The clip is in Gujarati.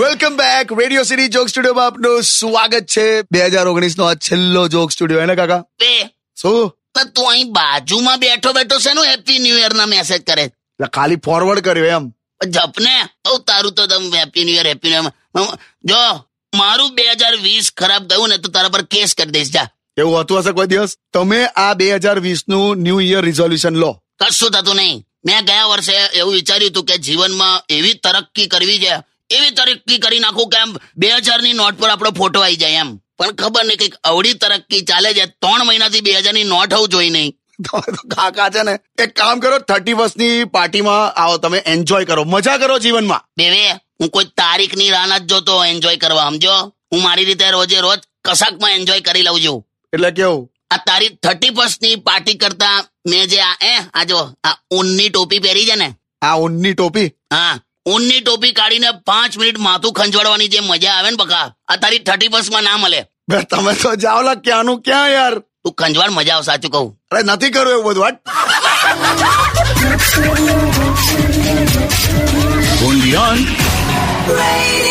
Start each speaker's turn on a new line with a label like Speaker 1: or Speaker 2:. Speaker 1: Welcome back radio city joke સ્ટુડિયોમાં આપનું સ્વાગત છે બે હજાર ઓગણીસ નો આ છેલ્લો જોક સ્ટુડિયો એને કાકા
Speaker 2: બે
Speaker 1: શું
Speaker 2: તો તું અહીં બાજુમાં બેઠો બેઠો શેનું હેપી ન્યુ ઇયર ના મેસેજ કરે છે?
Speaker 1: એટલે ખાલી ફોરવર્ડ કર્યો એમ
Speaker 2: જપને ઓ તારું તો તમે happy new year happy new year જો મારું બે હજાર વીસ ખરાબ ગયું ને તો તારા પર કેસ કરી દઈશ જા
Speaker 1: એવું હતું હશે કોઈ દિવસ તમે આ બે હજાર વીસ નું ન્યૂ ઇયર રિઝોલ્યુશન લો
Speaker 2: કશું થતું નહીં મેં ગયા વર્ષે એવું વિચાર્યું હતું કે જીવનમાં એવી તરક્કી કરવી છે એવી તરક્કી કરી નાખું કે આમ બે ની નોટ પર આપણો ફોટો આવી જાય એમ પણ ખબર નહીં કંઈક અવળી તરક્કી ચાલે છે ત્રણ મહિનાથી બે ની નોટ હોવું જોઈ નહીં
Speaker 1: તમે તો કાકા છે ને એક કામ કરો થર્ટી ફર્સ્ટ ની પાર્ટીમાં આવો તમે એન્જોય કરો મજા કરો જીવનમાં
Speaker 2: બેવે હું કોઈ તારીખની રાહ નથી જોતો એન્જોય કરવા સમજો હું મારી રીતે રોજે રોજ કશાકમાં એન્જોય કરી લઉં છું
Speaker 1: એટલે કેવું
Speaker 2: આ તારી થર્ટી ની પાર્ટી કરતા મેં જે આ એ આ જો આ ઊનની ટોપી પહેરી છે ને
Speaker 1: આ ઊનની ટોપી
Speaker 2: હા ઊનની ટોપી કાઢીને પાંચ મિનિટ માથું ખંજવાડવાની જે મજા આવે ને બકા આ તારી થર્ટી માં ના મળે
Speaker 1: બે તમે તો જાઓ લા ક્યાંનું ક્યાં યાર
Speaker 2: તું ખંજવાડ મજા આવે સાચું કહું
Speaker 1: અરે નથી કરવું એવું બધું હટ
Speaker 3: Radio